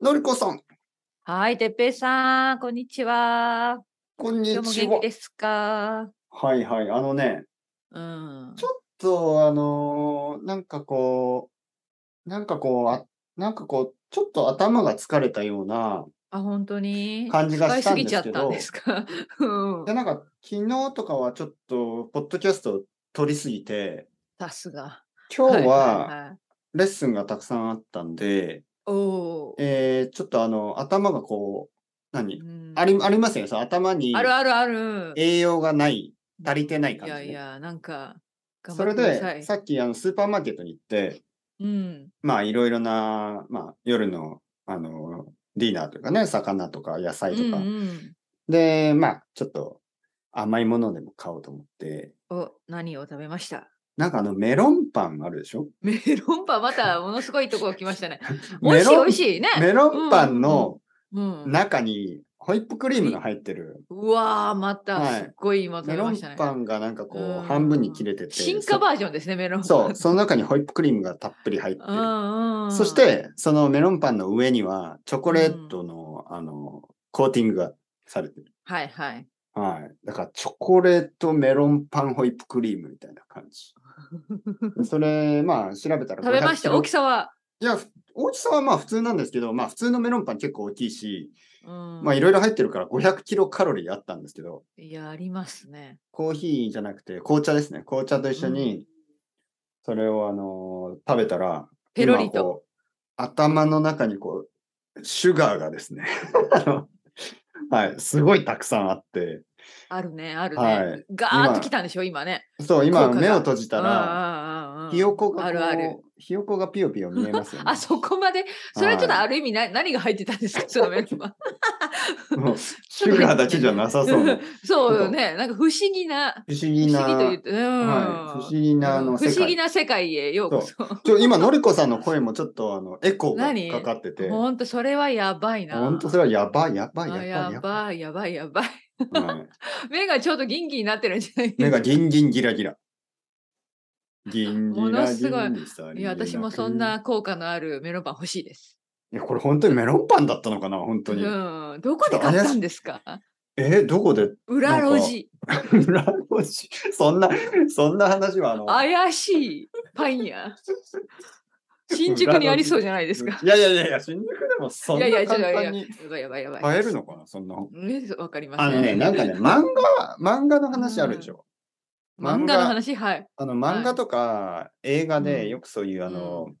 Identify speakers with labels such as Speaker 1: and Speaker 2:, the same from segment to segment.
Speaker 1: のりこさん、
Speaker 2: はい、てっぺいさん、こんにちは。
Speaker 1: こんに
Speaker 2: 今日も
Speaker 1: ち
Speaker 2: 元
Speaker 1: は
Speaker 2: 気。ですか。
Speaker 1: はいはい。あのね、
Speaker 2: うん。
Speaker 1: ちょそう、あのーなんかこう、なんかこう、あなんかこう、ちょっと頭が疲れたような、
Speaker 2: あ、本当に。
Speaker 1: 感じが
Speaker 2: 使
Speaker 1: し
Speaker 2: い
Speaker 1: た
Speaker 2: す
Speaker 1: ん
Speaker 2: ぎ
Speaker 1: で
Speaker 2: ちゃ
Speaker 1: すけ
Speaker 2: った
Speaker 1: ど
Speaker 2: んですか。 うん
Speaker 1: で、なんか昨日とかはちょっと、ポッドキャストを撮りすぎて、
Speaker 2: さすが。
Speaker 1: 今日
Speaker 2: い
Speaker 1: はい
Speaker 2: い
Speaker 1: レッスンがたくさんあったんで、
Speaker 2: おお。
Speaker 1: えーちょっとあの、頭がこう、何
Speaker 2: うん
Speaker 1: ありありますよね。その頭に
Speaker 2: あるあるある。
Speaker 1: 栄養がない、足りてない
Speaker 2: い
Speaker 1: 感じ
Speaker 2: や
Speaker 1: ね、
Speaker 2: いや、なんか。頑
Speaker 1: そ
Speaker 2: 張
Speaker 1: れ
Speaker 2: ってくださ
Speaker 1: で、
Speaker 2: い。
Speaker 1: さっきあのスーパーマーケットに行って、
Speaker 2: うん。
Speaker 1: まあいろいろな、まあ夜の、あの、ディナーというかね、魚とか野
Speaker 2: う
Speaker 1: 菜と
Speaker 2: ん
Speaker 1: か。
Speaker 2: うん。
Speaker 1: で、まあちょっと甘いものでも買おうと思って、
Speaker 2: お、何を食べました。
Speaker 1: なんかあのメロンパンあるでしょ
Speaker 2: メロンパン、またものすごいとこ来ましたね。美
Speaker 1: メ
Speaker 2: 味しい、美
Speaker 1: ロン
Speaker 2: 味しいね。
Speaker 1: メロンパン
Speaker 2: うんうん
Speaker 1: の
Speaker 2: うん。
Speaker 1: 中にホイップクリームが入ってる。
Speaker 2: うわー、また
Speaker 1: はい
Speaker 2: すっごい今食
Speaker 1: メ
Speaker 2: べ
Speaker 1: ロ
Speaker 2: ま
Speaker 1: ン
Speaker 2: したね。
Speaker 1: パンがなんかこ
Speaker 2: うん
Speaker 1: う半分に切れてて。
Speaker 2: 進化バージョンですね、メロンパン。
Speaker 1: そう、その中にホイップクリームがたっぷり入ってる。
Speaker 2: うんうん。
Speaker 1: そして、そのメロンパンの上には、チョコレートの、あの、コーティングがされてる。
Speaker 2: はいはい。
Speaker 1: はい。だから、チョコレートメロンパンホイップクリームみたいな感 じ。それ、まあ、調べたら
Speaker 2: 食べました、大き
Speaker 1: さ。
Speaker 2: さは。
Speaker 1: いや、ふ大きさはまあ普通なんですけど、まあ普通のメロンパン結構大きいし、
Speaker 2: うん
Speaker 1: まあいろいろ入ってるから500キロカロリーあったんですけど、
Speaker 2: いや、ありますね。
Speaker 1: コーヒーじゃなくて紅茶ですね。紅茶と一緒
Speaker 2: う
Speaker 1: に
Speaker 2: ん、
Speaker 1: それをあの食べたら、
Speaker 2: ペロリと
Speaker 1: 今こう。頭の中にこう、シュガーがですね。 あのはい、すごいたくさんあって。
Speaker 2: あるね、あるね。
Speaker 1: はい
Speaker 2: ガーッと
Speaker 1: 今
Speaker 2: 来たんでしょ、今ね。
Speaker 1: そう、今
Speaker 2: 効果が
Speaker 1: 目を閉じたら、
Speaker 2: ら
Speaker 1: ひよこがこう
Speaker 2: あるある。
Speaker 1: ひよこがピヨピヨ見えますよね。
Speaker 2: あそこまで、それはちょっとある意味な、何が入ってた んですか、そのメロンパン。
Speaker 1: もうシュガーだけじゃなさそうな。
Speaker 2: そうよね、なんか不思議な。
Speaker 1: 不思
Speaker 2: 不
Speaker 1: 議
Speaker 2: 思議
Speaker 1: な、
Speaker 2: というと、うん
Speaker 1: はい、不思議なあ
Speaker 2: うん
Speaker 1: の
Speaker 2: 不
Speaker 1: 世
Speaker 2: 思
Speaker 1: 界。
Speaker 2: 議な世界へようこそ。
Speaker 1: ちょ今、のりこさんの声もちょっとあのエコー
Speaker 2: 何
Speaker 1: がかかってて、
Speaker 2: ほんと、それはやばいな。
Speaker 1: 本当それはやばい、やばい、や
Speaker 2: あ
Speaker 1: ばい、
Speaker 2: やばい、やばい、やばい。
Speaker 1: はい
Speaker 2: 目がちょっとギンギンになってるんじゃない
Speaker 1: 目がギンギンギラギラ。ギンギ
Speaker 2: もの
Speaker 1: ラ
Speaker 2: す
Speaker 1: ギ
Speaker 2: ごい
Speaker 1: ンさり
Speaker 2: いや、私もそん。な効果のあるメロンパン欲しいです。
Speaker 1: いや、これ本当にメロンパンだったのかな本当に。
Speaker 2: うん。どこで買ったんですか
Speaker 1: えーどこで
Speaker 2: 裏路地。
Speaker 1: 裏路地そんな、そんな話はあの。
Speaker 2: 怪しいパン屋。 新宿にありそうじゃないですか。
Speaker 1: いやいやいやいや、新宿でもそん
Speaker 2: いやいや、
Speaker 1: な
Speaker 2: ちょっと
Speaker 1: 簡
Speaker 2: やば
Speaker 1: 単
Speaker 2: いや
Speaker 1: に
Speaker 2: ばいやばいやばい。
Speaker 1: 買えるのかなそんな。
Speaker 2: ねわかりま
Speaker 1: あ
Speaker 2: せ
Speaker 1: の
Speaker 2: ん。
Speaker 1: ね、なんかね、漫画、漫画の話あるでしょ。
Speaker 2: 漫画の話、はい。
Speaker 1: あの、漫画とか映画
Speaker 2: う
Speaker 1: で
Speaker 2: ん
Speaker 1: よくそういう、あの
Speaker 2: う、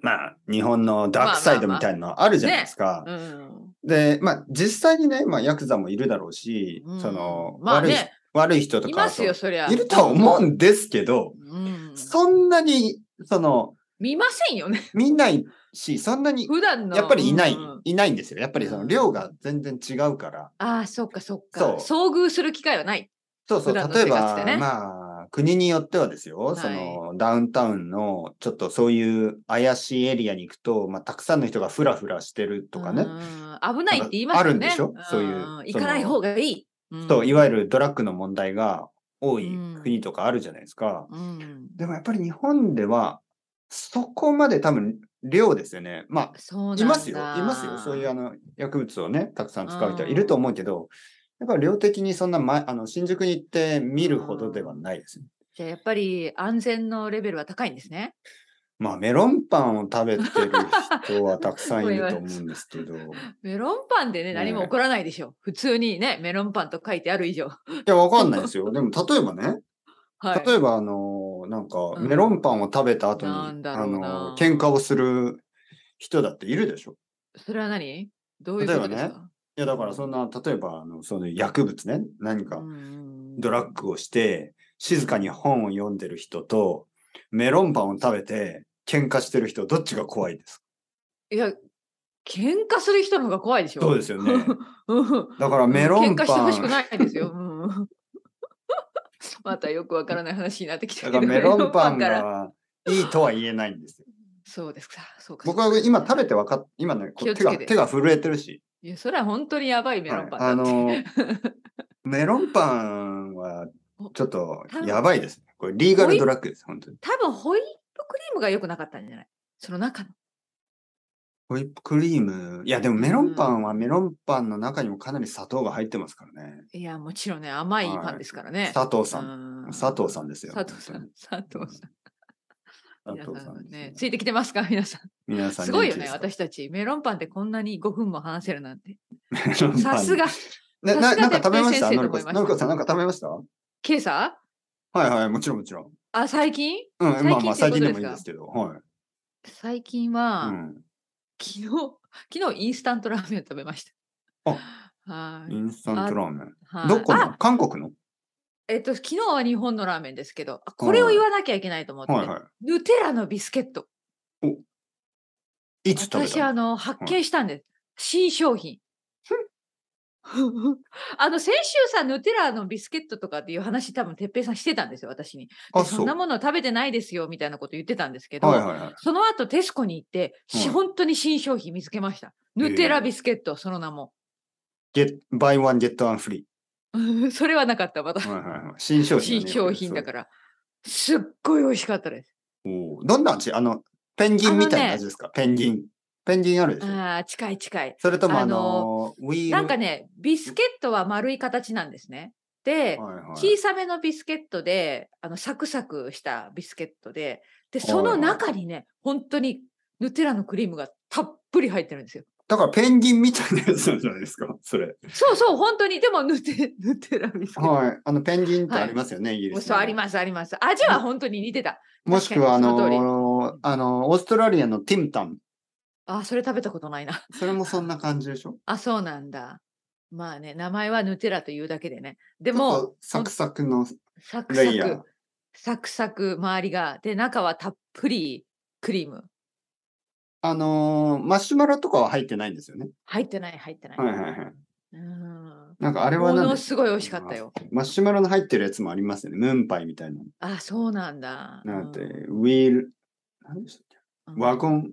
Speaker 1: まあ、日本のダークサイドみたいなのあるじゃないですか。
Speaker 2: うん。
Speaker 1: で、まあ、実際にね、まあ、ヤクザもいるだろうし、
Speaker 2: うん
Speaker 1: その、
Speaker 2: まあ
Speaker 1: 悪い
Speaker 2: ね、
Speaker 1: 悪い人と
Speaker 2: い
Speaker 1: か
Speaker 2: ますよ、そりゃ。
Speaker 1: いるとは思うんですけど、
Speaker 2: うん。
Speaker 1: そんなに、その、
Speaker 2: 見ませんよね。
Speaker 1: 見ないし、そんなに、
Speaker 2: 普段の。
Speaker 1: やっぱりいない、
Speaker 2: うん
Speaker 1: いないんですよ。やっぱりその
Speaker 2: うん
Speaker 1: 量が全然違うから。
Speaker 2: ああ、そっかそっか。遭遇する機会はない。
Speaker 1: そうそう、
Speaker 2: 普段の
Speaker 1: 例え
Speaker 2: 生活
Speaker 1: ば、
Speaker 2: でね
Speaker 1: まあ、国によってはですよ、
Speaker 2: い
Speaker 1: その、ダウンタウンの、ちょっとそういう怪しいエリアに行くと、まあ、たくさんの人がフラフラしてるとかね。
Speaker 2: うん。危ないって言い
Speaker 1: なん
Speaker 2: ますよね。
Speaker 1: かあるんでしょそういうん
Speaker 2: 行かない方がいい。うん
Speaker 1: そう、いわゆるドラッグの問題が多い
Speaker 2: うん
Speaker 1: 国とかあるじゃないですか。
Speaker 2: うん。
Speaker 1: でもやっぱり日本では、そこまで多分量ですよね。ま
Speaker 2: そ
Speaker 1: あ、
Speaker 2: うな
Speaker 1: い
Speaker 2: んだ。
Speaker 1: ますよ。いますよ。そういうあの薬物をね、たくさん使う人はいると思うけど、やっぱり量的にそんな、ま、あの新宿に行って見るほどではないですね。
Speaker 2: じゃあやっぱり安全のレベルは高いんですね。
Speaker 1: まあ、メロンパンを食べてる人はたくさんいると思うんですけ ど。い
Speaker 2: メロンパンでね、何も
Speaker 1: ね
Speaker 2: 起こらないでしょ。普通にね、メロンパンと書いてある以上。
Speaker 1: や、わかんないですよ。でも、例えばね、
Speaker 2: はい。
Speaker 1: 例えば、あの、なんか、
Speaker 2: うん
Speaker 1: メロンパンを食べた後に、
Speaker 2: なんだ
Speaker 1: あ
Speaker 2: ろうな
Speaker 1: の、喧嘩をする人だっているでしょ。
Speaker 2: それは何どういうことです
Speaker 1: 例えば
Speaker 2: か、
Speaker 1: いや、だからそんな、例えば、あの、その薬物ね、何か
Speaker 2: うん
Speaker 1: ドラッグをして、静かに本を読んでる人と、メロンパンを食べて、喧嘩してる人、どっちが怖いです
Speaker 2: いや、喧嘩する人の方が怖いでしょ。
Speaker 1: かそうですよね。
Speaker 2: うん
Speaker 1: だからメロン
Speaker 2: 喧嘩して
Speaker 1: パ
Speaker 2: ほ
Speaker 1: ン、
Speaker 2: しくないですよ。うん またよくわからない話になってきた
Speaker 1: だか
Speaker 2: け
Speaker 1: ら
Speaker 2: ど。
Speaker 1: メロンパン
Speaker 2: から。
Speaker 1: がいいとは言えないんですよ。
Speaker 2: そうですか。そうか。
Speaker 1: 僕
Speaker 2: そう
Speaker 1: は
Speaker 2: か
Speaker 1: 今食べてわかっ、今ね、こ
Speaker 2: 気を
Speaker 1: う
Speaker 2: つ
Speaker 1: 手
Speaker 2: けて
Speaker 1: が、手が震えてるし、
Speaker 2: いや、それは本当にやばいメロンパン
Speaker 1: はいあ
Speaker 2: だって。
Speaker 1: の、 メロンパンはちょっとやばいですね。これリーガルドラッグです、本当に。
Speaker 2: 多分ホイップクリームが良くなかったんじゃないその中の。
Speaker 1: ホイップクリーム。いや、でもメロンパンはメロンパンの中にもかなり砂糖が入ってますからね。
Speaker 2: いや、もちろんね、甘い
Speaker 1: はい
Speaker 2: パンですからね。
Speaker 1: 佐藤さん。
Speaker 2: ん
Speaker 1: 佐藤さんですよ。
Speaker 2: 佐藤さん。佐藤さん。
Speaker 1: 本
Speaker 2: 皆
Speaker 1: 当に。佐藤さ
Speaker 2: さ
Speaker 1: ん
Speaker 2: んね
Speaker 1: で、す
Speaker 2: つ
Speaker 1: よ。
Speaker 2: いてきてますか 皆さん。
Speaker 1: 皆さん
Speaker 2: すごいよね、
Speaker 1: 元気で
Speaker 2: 私たち。メロンパンってこんなに5分も話せるなんて。
Speaker 1: すか。
Speaker 2: さすが。
Speaker 1: メロンパン。な、ななんか食べました
Speaker 2: さす
Speaker 1: の
Speaker 2: が
Speaker 1: りこさ
Speaker 2: 哲平先生と思いました
Speaker 1: ん。のりこさん、なんか食べましたは
Speaker 2: 今朝
Speaker 1: いはい、もちろんもちろん。
Speaker 2: あ、最近
Speaker 1: うん、まあまあ、最
Speaker 2: 最
Speaker 1: 近で
Speaker 2: 近ということですか
Speaker 1: もいいですけど。はい。
Speaker 2: 最近は、
Speaker 1: うん。
Speaker 2: 昨日、昨日インスタントラーメンを食べました。は
Speaker 1: イ
Speaker 2: い。
Speaker 1: ンスタントラーメン。
Speaker 2: はい
Speaker 1: どこの
Speaker 2: あ
Speaker 1: 韓国の
Speaker 2: えっと、昨日は日本のラーメンですけど、あこれを言わなきゃいけないと思って。
Speaker 1: はいは
Speaker 2: ヌテラのビスケット。
Speaker 1: い。いつ食べ
Speaker 2: 私、あ
Speaker 1: たの
Speaker 2: の、発見したんです。新商品。 あの、先週さ、ヌテラのビスケットとかっていう話、多分、てっぺいさんしてたんですよ、私に。で
Speaker 1: あ、
Speaker 2: そ
Speaker 1: そうん
Speaker 2: な。もの食べてないですよ、みたいなこと言ってたんですけど、
Speaker 1: はいはいはい。
Speaker 2: その後、テスコに行って、
Speaker 1: は
Speaker 2: し
Speaker 1: い
Speaker 2: 本当に新商品見つけました。
Speaker 1: え
Speaker 2: ヌテラビスケット、その名も。
Speaker 1: ゲッ、buy one, get one free。
Speaker 2: それはなかった、まだ。
Speaker 1: はいはいはい。新商品、
Speaker 2: 新
Speaker 1: ね。
Speaker 2: 商品だから。すっごい美味しかったです。
Speaker 1: ら。おーどんな味あの、ペンギンみたいな味ですか、ペンギン。ペンギンあるでしょ
Speaker 2: ああ、近い近い。
Speaker 1: それともあ
Speaker 2: あ
Speaker 1: の
Speaker 2: の
Speaker 1: ー、ウィール。
Speaker 2: なんかね、ビスケットは丸い形なんですね。で、
Speaker 1: はいはい、
Speaker 2: 小さめのビスケットで、あの、サクサクしたビスケットで、で、
Speaker 1: はい
Speaker 2: その中にね、本当にヌテラのクリームがたっぷり入ってるんですよ。
Speaker 1: だからペンギンみたいなやつなんじゃないですか、それ。
Speaker 2: そ うそう、本当に。でも、ヌテ、ヌテラビスケット。
Speaker 1: はい。あの、ペンギンってありますよね、イギリ
Speaker 2: もう
Speaker 1: ス
Speaker 2: そう、あり
Speaker 1: す。
Speaker 2: ます、あります。味は本当に似てた。
Speaker 1: もしくは、あ
Speaker 2: 確かにその通り
Speaker 1: のー、あのー、オーストラリアのティムタン。
Speaker 2: あ、それ食べたことないな。
Speaker 1: それもそんな感じでしょ
Speaker 2: あ、そうなんだ。まあね、名前はヌテラというだけでね。で
Speaker 1: で
Speaker 2: も、、
Speaker 1: サクサクの
Speaker 2: サクサ
Speaker 1: レイヤ
Speaker 2: ク
Speaker 1: ー。。
Speaker 2: サクサク周りが。で、中はたっぷりクリーム。
Speaker 1: あのー、マシュマロとかは入ってないんですよね。
Speaker 2: 入ってない、入ってない。
Speaker 1: はいはいはい。
Speaker 2: うん。
Speaker 1: なんかあれは
Speaker 2: も
Speaker 1: なん
Speaker 2: の
Speaker 1: です
Speaker 2: ごい美味しかったよ。
Speaker 1: マシュマロの入ってるやつもありますよね。ムーンパイみたいな。
Speaker 2: あ、そうなんだ。
Speaker 1: なんて、
Speaker 2: うん
Speaker 1: ウィール、なんでしたっけ
Speaker 2: うん
Speaker 1: ワゴン。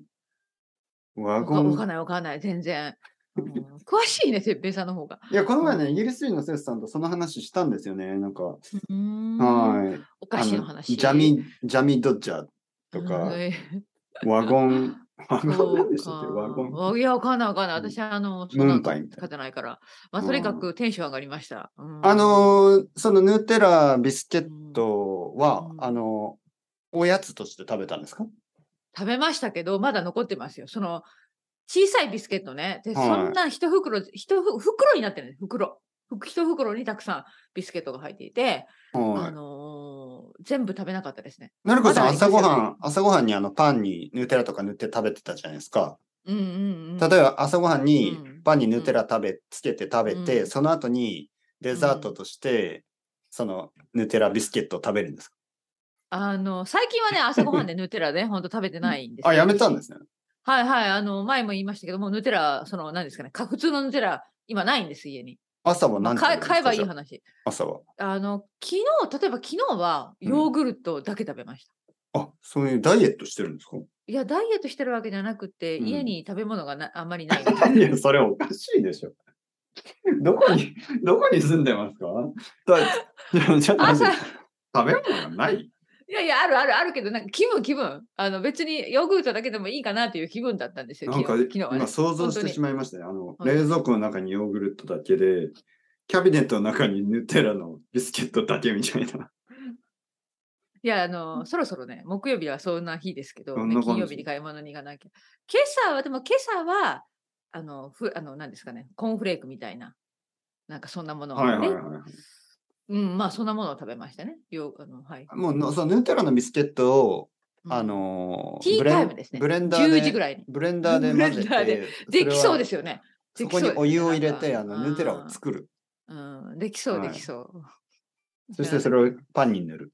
Speaker 1: ワ
Speaker 2: わか
Speaker 1: ゴ
Speaker 2: わか
Speaker 1: ン
Speaker 2: ん。ない、わかんない、全然。うん詳しいね、てっぺいさんの方が。
Speaker 1: いや、この前ね、イギリス人のセスさんとその話したんですよね。なんか、
Speaker 2: うーん
Speaker 1: はい。
Speaker 2: お菓子の
Speaker 1: あの
Speaker 2: 話。
Speaker 1: ジャミ、ジャミドッジャーとか
Speaker 2: う、 ん
Speaker 1: ワゴ ン、ワゴンなんでしたっけ
Speaker 2: そう
Speaker 1: ワゴン。
Speaker 2: かいや、わかんないわかんない。
Speaker 1: うん
Speaker 2: 私、あの、
Speaker 1: ムーンパイみたいな
Speaker 2: 勝てないから。まあ、とにかくテンション上がりました。うん
Speaker 1: あのー、そのヌテラビスケットは
Speaker 2: う、ん
Speaker 1: あのー、おやつとして食べたんですか
Speaker 2: 食べましたけど、まだ残ってますよ。その、小さいビスケットね。で、
Speaker 1: はい
Speaker 2: そんな一袋、一ふ袋になってるんです。袋。ふ一袋にたくさんビスケットが入っていて、あ
Speaker 1: はい。
Speaker 2: のー全部食べなかったですね。
Speaker 1: なるこさん、
Speaker 2: まだあります
Speaker 1: 朝
Speaker 2: よ
Speaker 1: ごはん、朝ごはんにあのパンにヌテラとか塗って食べてたじゃないですか。
Speaker 2: うんうんうん。
Speaker 1: 例えば朝ごはんに
Speaker 2: うん
Speaker 1: パンにヌテラ食べ、つけて食べて、
Speaker 2: うん
Speaker 1: その後にデザートとして、そのヌテラビスケットを食べるんですか
Speaker 2: あの、最近はね、朝ごはんでヌテラね、ほんと食べてないんです。
Speaker 1: あ、やめたんですすね。
Speaker 2: はいはい。あの、前も言いましたけども、ヌテラ、その、何ですかね、か普通のヌテラ、今ないんです、家に。
Speaker 1: 朝は
Speaker 2: まあ
Speaker 1: 何食べる
Speaker 2: 買え
Speaker 1: んですか
Speaker 2: 買えばいい
Speaker 1: じゃあ
Speaker 2: 話。
Speaker 1: 朝は。
Speaker 2: あの、昨日、例えば昨日は
Speaker 1: うん
Speaker 2: ヨーグルトだけ食べました。
Speaker 1: あ、そういうダイエットしてるんですか
Speaker 2: いや、ダイエットしてるわけじゃなくて、
Speaker 1: うん
Speaker 2: 家に食べ物がなあんまりない。
Speaker 1: いや、それおかしいでしょ。 どこに、どこに住んでますかだちょっと待
Speaker 2: 朝、
Speaker 1: っ
Speaker 2: い
Speaker 1: て食べ物がない
Speaker 2: やいや、あるあるあるけど、なんか気分気分。あの、別にヨーグルトだけでもいいかなっていう気分だったんですよ。
Speaker 1: なんか、
Speaker 2: 昨日昨日はね
Speaker 1: 今想像し
Speaker 2: 本当
Speaker 1: て
Speaker 2: に
Speaker 1: しまいましたね。あの、
Speaker 2: はい
Speaker 1: 冷蔵庫の中にヨーグルトだけで、キャビネットの中にヌテラのビスケットだけみたいな。
Speaker 2: いや、あの、そろそろね、木曜日はそんな日ですけど、
Speaker 1: そん
Speaker 2: ね
Speaker 1: な感
Speaker 2: 金
Speaker 1: じ
Speaker 2: 曜日に買い物に行かなきゃ。今朝は、でも今朝は、あの、ふあの何ですかね、コーンフレークみたいな、なんかそんなものを
Speaker 1: はい
Speaker 2: ね、
Speaker 1: はいはい。
Speaker 2: うん、まあそんなものを食べましたね。ようあのはい、
Speaker 1: もうの、そのヌテラのビスケットを、
Speaker 2: うん
Speaker 1: あ、の
Speaker 2: ティー
Speaker 1: レン
Speaker 2: タイムですね。
Speaker 1: ブレンダーで、
Speaker 2: 10時ぐらいに。
Speaker 1: ブレンダーで混ぜ
Speaker 2: ブレンダーで
Speaker 1: て、。
Speaker 2: できそうですすよね。
Speaker 1: そこに
Speaker 2: できそうですね
Speaker 1: お湯を入れて、
Speaker 2: な
Speaker 1: あ
Speaker 2: んか
Speaker 1: の、ヌテラを作る。
Speaker 2: うん、できそう、
Speaker 1: はい
Speaker 2: できそう。
Speaker 1: そしてそれをパンに塗る。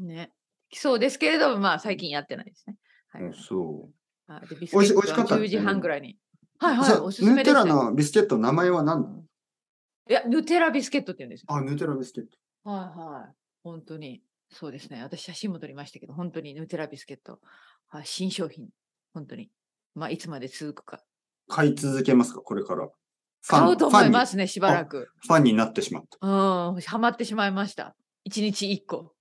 Speaker 2: ね。できそうですけれども、まあ最近やってないですね。はい。
Speaker 1: うんそう。
Speaker 2: あでビ
Speaker 1: 美
Speaker 2: スケ
Speaker 1: 味し
Speaker 2: ッ
Speaker 1: 美味し
Speaker 2: ト
Speaker 1: か
Speaker 2: は
Speaker 1: ったですね
Speaker 2: 10時半ぐらいに。はいはい、
Speaker 1: さ
Speaker 2: おすすめ
Speaker 1: ヌ
Speaker 2: です、
Speaker 1: テ
Speaker 2: ね。
Speaker 1: ラのビスケットの名前は何だ
Speaker 2: いや、ヌテラビスケットって言うんですよ。
Speaker 1: あ、ヌテラビスケット。
Speaker 2: はいはい。本当に。そうですね。私、写真も撮りましたけど、本当にヌテラビスケット。はい、新商品。本当に。まあ、いつまで続くか。
Speaker 1: 買い続けますかこれから。ファン
Speaker 2: 買うと思いま
Speaker 1: ファン
Speaker 2: すね、しばらく。
Speaker 1: に。ファンになってしまった。
Speaker 2: うん、ハマってしまいました。一日一個。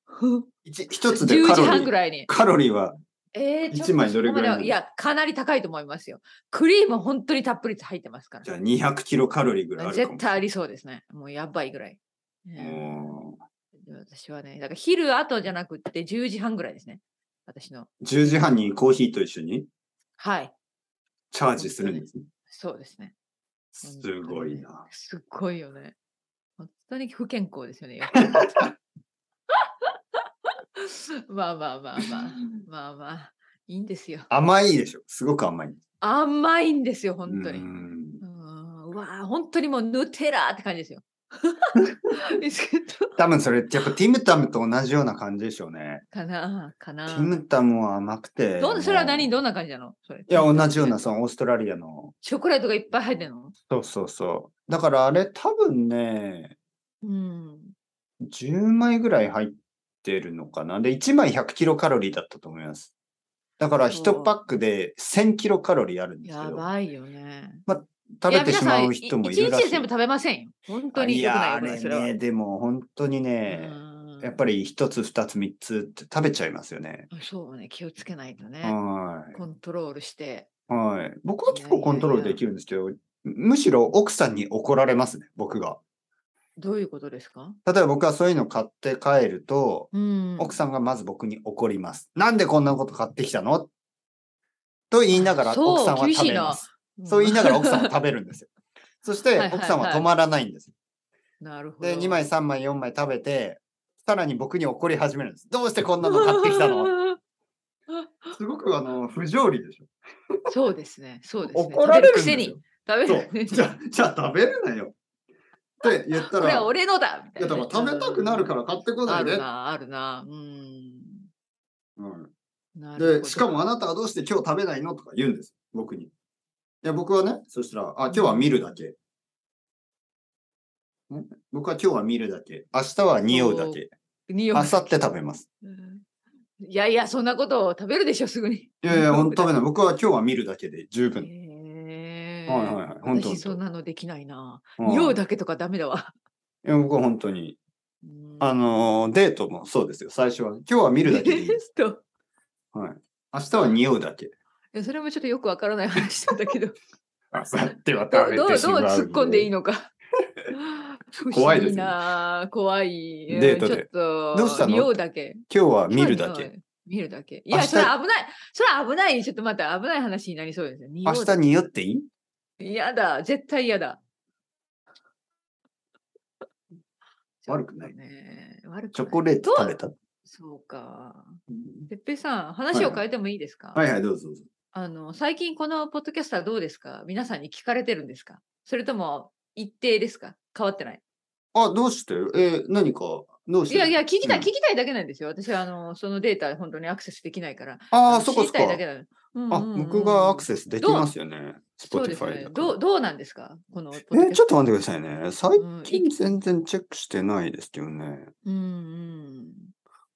Speaker 1: 一一つで
Speaker 2: 10
Speaker 1: カ
Speaker 2: 時
Speaker 1: ロ
Speaker 2: 半
Speaker 1: リ
Speaker 2: ぐ
Speaker 1: ー。
Speaker 2: らいに。
Speaker 1: カロリーは
Speaker 2: えー、ちょっと
Speaker 1: 一枚どれぐらいなの
Speaker 2: そこまではいや、かなり高いと思いますよ。クリーム本当にたっぷり入ってますか
Speaker 1: じゃあ200キロカロリーぐらいあ
Speaker 2: ら。
Speaker 1: るかも
Speaker 2: 絶対ありそうですね。もうやばいぐらい。ね
Speaker 1: も
Speaker 2: 私はね、だから昼後じゃなくって10時半ぐらいですね。私の。
Speaker 1: う10時半にコーヒーと一緒に
Speaker 2: はい。
Speaker 1: チャージするんですね。
Speaker 2: そうですね。
Speaker 1: すごいな。
Speaker 2: すっごいよね。本当に不健康ですよね。よ くまあまあまあまあ。まあまあ。いいんですよ。
Speaker 1: 甘いでしょ。すごく甘い。
Speaker 2: 甘いんですよ、本当に。
Speaker 1: う
Speaker 2: うんんうわあ、本当にもうヌテラーって感じで すよ。ビスケット
Speaker 1: 多分それってやっぱティムタムと同じような感じでしょうね。
Speaker 2: かなかな
Speaker 1: ティムタムは甘くて。
Speaker 2: どんなそれは何
Speaker 1: い
Speaker 2: どんな感じなのそれい
Speaker 1: や、同じような、そのオーストラリアの。
Speaker 2: チョコレートがいっぱい入ってるの
Speaker 1: そうそうそう。だからあれ多分ね、
Speaker 2: うん。
Speaker 1: 10枚ぐらい入ってるのかな。で、1枚100キロカロリーだったと思います。だから
Speaker 2: そ
Speaker 1: 1
Speaker 2: う
Speaker 1: パックで1000キロカロリーあるんですけ
Speaker 2: や
Speaker 1: ど、
Speaker 2: ばいよね。
Speaker 1: 食べてしま
Speaker 2: や
Speaker 1: う
Speaker 2: 皆さん
Speaker 1: 人もいるらしい。
Speaker 2: 一日で全部食べませんよ。本当に
Speaker 1: い
Speaker 2: 良
Speaker 1: や
Speaker 2: くな
Speaker 1: あ
Speaker 2: いよね、
Speaker 1: れ
Speaker 2: それは。
Speaker 1: ね、でも本当にね、やっぱ
Speaker 2: り。
Speaker 1: り1つ、2つ、3つって食べちゃいますよね。
Speaker 2: そうね、気をつけないとね。
Speaker 1: は
Speaker 2: コントロールして。
Speaker 1: い。はい。僕は結構コントロールできるんですけど、むしろ奥さんに怒られますね、僕が。
Speaker 2: どういうことですか
Speaker 1: 例えば僕はそういうの買って帰ると、
Speaker 2: うん。
Speaker 1: 奥さんがまず僕に怒ります。なんでこんなこと買ってきたのと言いながら
Speaker 2: あそう
Speaker 1: 奥さんは
Speaker 2: 厳し
Speaker 1: 食
Speaker 2: い
Speaker 1: べ
Speaker 2: な
Speaker 1: ます。そう言いながら奥さんは
Speaker 2: は。
Speaker 1: 食べるん ですよ。そし
Speaker 2: はい
Speaker 1: て
Speaker 2: はいはい
Speaker 1: 奥さんは止まらないんです。
Speaker 2: なるほど。
Speaker 1: で、2枚、3枚、4枚食べて、さらに僕に怒り始めるんです。どうしてこんなの買ってきた のすごくあの不条理でしょ。
Speaker 2: そうですね、そうですね。
Speaker 1: 怒られるんで
Speaker 2: 食べく
Speaker 1: す
Speaker 2: せ
Speaker 1: よ
Speaker 2: に。。食べ
Speaker 1: そ
Speaker 2: る
Speaker 1: う
Speaker 2: くせに。
Speaker 1: じゃあじゃあ食べるなよ。って言った
Speaker 2: こ
Speaker 1: ら、
Speaker 2: れはい俺のだみたい
Speaker 1: や
Speaker 2: な
Speaker 1: だ
Speaker 2: ね
Speaker 1: から食べたくなるから買ってこな
Speaker 2: あ
Speaker 1: いで
Speaker 2: る。な、あるな。うん。
Speaker 1: うん
Speaker 2: なるほ
Speaker 1: で、
Speaker 2: ど
Speaker 1: しかもあなたはどうして今日食べないのとか言うんです、僕に。いや、僕はね、そしたら、あ、今日は見るだけ。ん僕は今日は見るだけ。明日は匂うだけ。
Speaker 2: 匂い
Speaker 1: 明後日食べます。
Speaker 2: うんいやいや、そんなことを食べるでしょ、すぐに。
Speaker 1: いやいや、ほんと食べない。僕は今日は見るだけで十分。
Speaker 2: へえ
Speaker 1: はいはいはい。ほんとほん
Speaker 2: 私、そん
Speaker 1: と。
Speaker 2: なのできないな。
Speaker 1: うん
Speaker 2: 匂う
Speaker 1: い
Speaker 2: だけとかダメだわ。
Speaker 1: や、僕は本当に。
Speaker 2: うん
Speaker 1: あのー、デートもそうですよ。最初は。今日は見るだ けでいいです。
Speaker 2: えっと
Speaker 1: はい。明日は匂うだけ。
Speaker 2: いやそれもちょっとよくわからない話なん だけど、ど
Speaker 1: 明後日は
Speaker 2: うどうどう突っ込んでいいの か。
Speaker 1: 怖いですね
Speaker 2: 不思議な怖い。
Speaker 1: デートで
Speaker 2: ちょっと、
Speaker 1: どうしたの
Speaker 2: 匂うだけ。
Speaker 1: 今日は見るだ
Speaker 2: 匂
Speaker 1: け。
Speaker 2: い。見るだけ。い
Speaker 1: 明
Speaker 2: や、
Speaker 1: 日
Speaker 2: それ危ない。それ危ない。ちょっとまた危ない話になりそうですよ。
Speaker 1: 明日匂っていい
Speaker 2: 嫌だ。絶対嫌だ。
Speaker 1: 悪くない
Speaker 2: ね。悪くない。
Speaker 1: チョコレート
Speaker 2: どう
Speaker 1: 食べた。
Speaker 2: そうか。てっぺいさん、話
Speaker 1: は
Speaker 2: を
Speaker 1: い
Speaker 2: 変えてもいいですか、
Speaker 1: はいはい、どうぞどうぞ。
Speaker 2: あの最近このポッドキャスターどうですか皆さんに聞かれてるんですかそれとも一定ですか変わってない。
Speaker 1: あ、どうしてえー何か、どうし
Speaker 2: い
Speaker 1: て
Speaker 2: やいや、聞きたい、
Speaker 1: うん
Speaker 2: 聞きたいだけなんですよ。私はあのそのデータ、本当にアクセスできないから。
Speaker 1: あ
Speaker 2: の
Speaker 1: あ、そこ
Speaker 2: 知
Speaker 1: そ
Speaker 2: り
Speaker 1: こ
Speaker 2: たい。だけなの。うん
Speaker 1: あ、
Speaker 2: うんうんうん
Speaker 1: 僕がアクセスできますよね。
Speaker 2: そうです
Speaker 1: Spotify
Speaker 2: ね
Speaker 1: だ。か
Speaker 2: どう、どうなんですかこのポッド
Speaker 1: ら。
Speaker 2: キ
Speaker 1: え
Speaker 2: ャスト
Speaker 1: ー、ちょっと待ってくださいね。最
Speaker 2: うん
Speaker 1: 近全然チェックしてないですけどね。
Speaker 2: うんうん。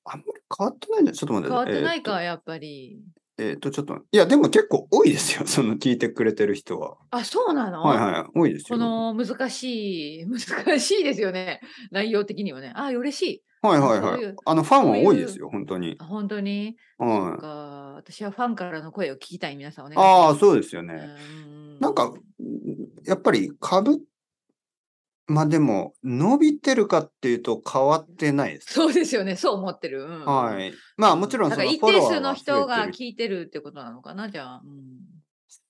Speaker 1: あんまり変わってないんじゃちょっと待って。
Speaker 2: 変わってない
Speaker 1: えー
Speaker 2: か、やっぱり。
Speaker 1: と。えーと、ちょっと待って。いや、でも結構多いですよ。そ の聞いてくれてる人は。
Speaker 2: あ、そうなの
Speaker 1: はいはい。多いです
Speaker 2: こ
Speaker 1: よ。
Speaker 2: の難しい、 難しいですよね。内容的にはね。あ、嬉しい。
Speaker 1: はいはい
Speaker 2: そ
Speaker 1: は
Speaker 2: ういう
Speaker 1: い。あの、ファンは多いですよ。本当に。
Speaker 2: あ本当に、なん
Speaker 1: はい。
Speaker 2: か私はファンからの声を聞きたい皆さんお願い
Speaker 1: ああ、
Speaker 2: し
Speaker 1: そうですよ
Speaker 2: ます。
Speaker 1: ね。
Speaker 2: う
Speaker 1: なんか、やっぱり株、まあでも、伸びてるかっていうと変わってないです。
Speaker 2: そうですよね、そう思ってる。うん
Speaker 1: はい。まあもちろん
Speaker 2: だ
Speaker 1: そ
Speaker 2: か
Speaker 1: の
Speaker 2: ら
Speaker 1: フ
Speaker 2: 一
Speaker 1: ォロ
Speaker 2: 定
Speaker 1: ワ
Speaker 2: 数
Speaker 1: ー
Speaker 2: の
Speaker 1: は
Speaker 2: 人
Speaker 1: 増
Speaker 2: が
Speaker 1: えてる
Speaker 2: 聞いてるってことなのかな、じゃあ。うん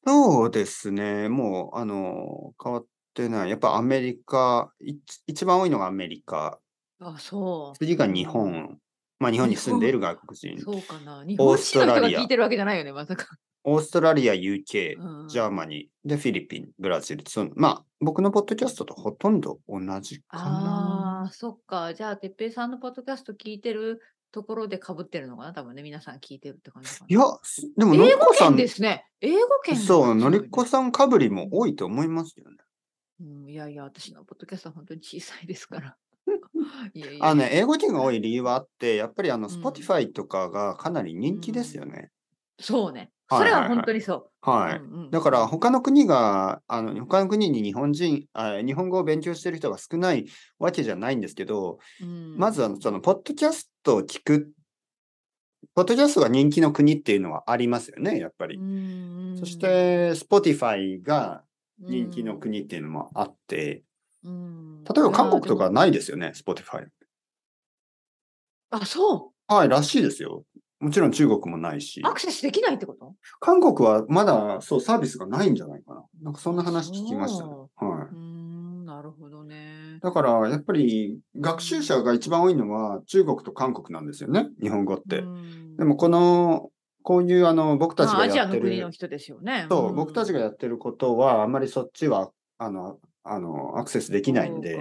Speaker 1: そうですね。もう、あの、変わってない。やっぱアメリカ、い一番多いのがアメリカ。
Speaker 2: あ、そう。
Speaker 1: 次が日本。まあ日本に住んでいる外国人。
Speaker 2: そうかな。日
Speaker 1: オ
Speaker 2: 本
Speaker 1: ー
Speaker 2: 人
Speaker 1: スト
Speaker 2: の人
Speaker 1: ラ
Speaker 2: が
Speaker 1: リア
Speaker 2: 聞いてるわけじゃないよね、まさか。
Speaker 1: オーストラリア、UK、
Speaker 2: うん
Speaker 1: ジャーマニー、で、フィリピン、ブラジル。そのまあ、僕のポッドキャストとほとんど同じか
Speaker 2: あ
Speaker 1: な。。
Speaker 2: あ、そっか。じゃあ、てっぺいさんのポッドキャスト聞いてるところでかぶってるのかな多分ね、皆さん聞いてるって感じかない
Speaker 1: や、すでも、のり
Speaker 2: 英語
Speaker 1: こさ
Speaker 2: 圏
Speaker 1: ん
Speaker 2: ですね。英語圏
Speaker 1: そう、のりこ
Speaker 2: さ
Speaker 1: さんかぶりも多いと思いますよね。
Speaker 2: うん、いやいや、私のポッドキャストは本当に小さいで すから。いやいや
Speaker 1: あのね、英語圏が多い理由はあって、やっぱりあの、
Speaker 2: うん
Speaker 1: Spotify とかがかなり人気ですよね。
Speaker 2: そうね。
Speaker 1: はい
Speaker 2: それ
Speaker 1: はいはい
Speaker 2: は本当にそう。
Speaker 1: はい。
Speaker 2: うんうん
Speaker 1: だから、他の国が、あの、他の国に日本人、あ日本語を勉強してる人が少ないわけじゃないんですけど、
Speaker 2: うん
Speaker 1: まずあの、その、ポッドキャストを聞くポッドキャストが人気の国っていうのはありますよね、やっぱり。そし、て、Spotify が人気の国っていうのもあって、
Speaker 2: うん、
Speaker 1: 例えば韓国と
Speaker 2: いや
Speaker 1: か
Speaker 2: ー。でも
Speaker 1: ないですよね、Spotify。
Speaker 2: あ、そ
Speaker 1: はい、らしいですよ。もちろん中国もないし
Speaker 2: う。。アクセスできないってこと
Speaker 1: 韓国はまだそうサービスがないんじゃないかな。なんかそんな話聞きましたね。
Speaker 2: そう
Speaker 1: は
Speaker 2: うーん、なるほどね
Speaker 1: い。。だからやっぱり学習者が一番多いのは中国と韓国なんですよね、日本語って。
Speaker 2: うん
Speaker 1: でもこの、こういうあの僕たち
Speaker 2: まあ
Speaker 1: が
Speaker 2: アジ
Speaker 1: や
Speaker 2: ア
Speaker 1: っ
Speaker 2: の
Speaker 1: て
Speaker 2: 国
Speaker 1: る
Speaker 2: の、人ですよね。
Speaker 1: そうう、僕たち
Speaker 2: が
Speaker 1: がやってることはあんまりそっちはあの、あの、アクセスで
Speaker 2: で
Speaker 1: きないんで、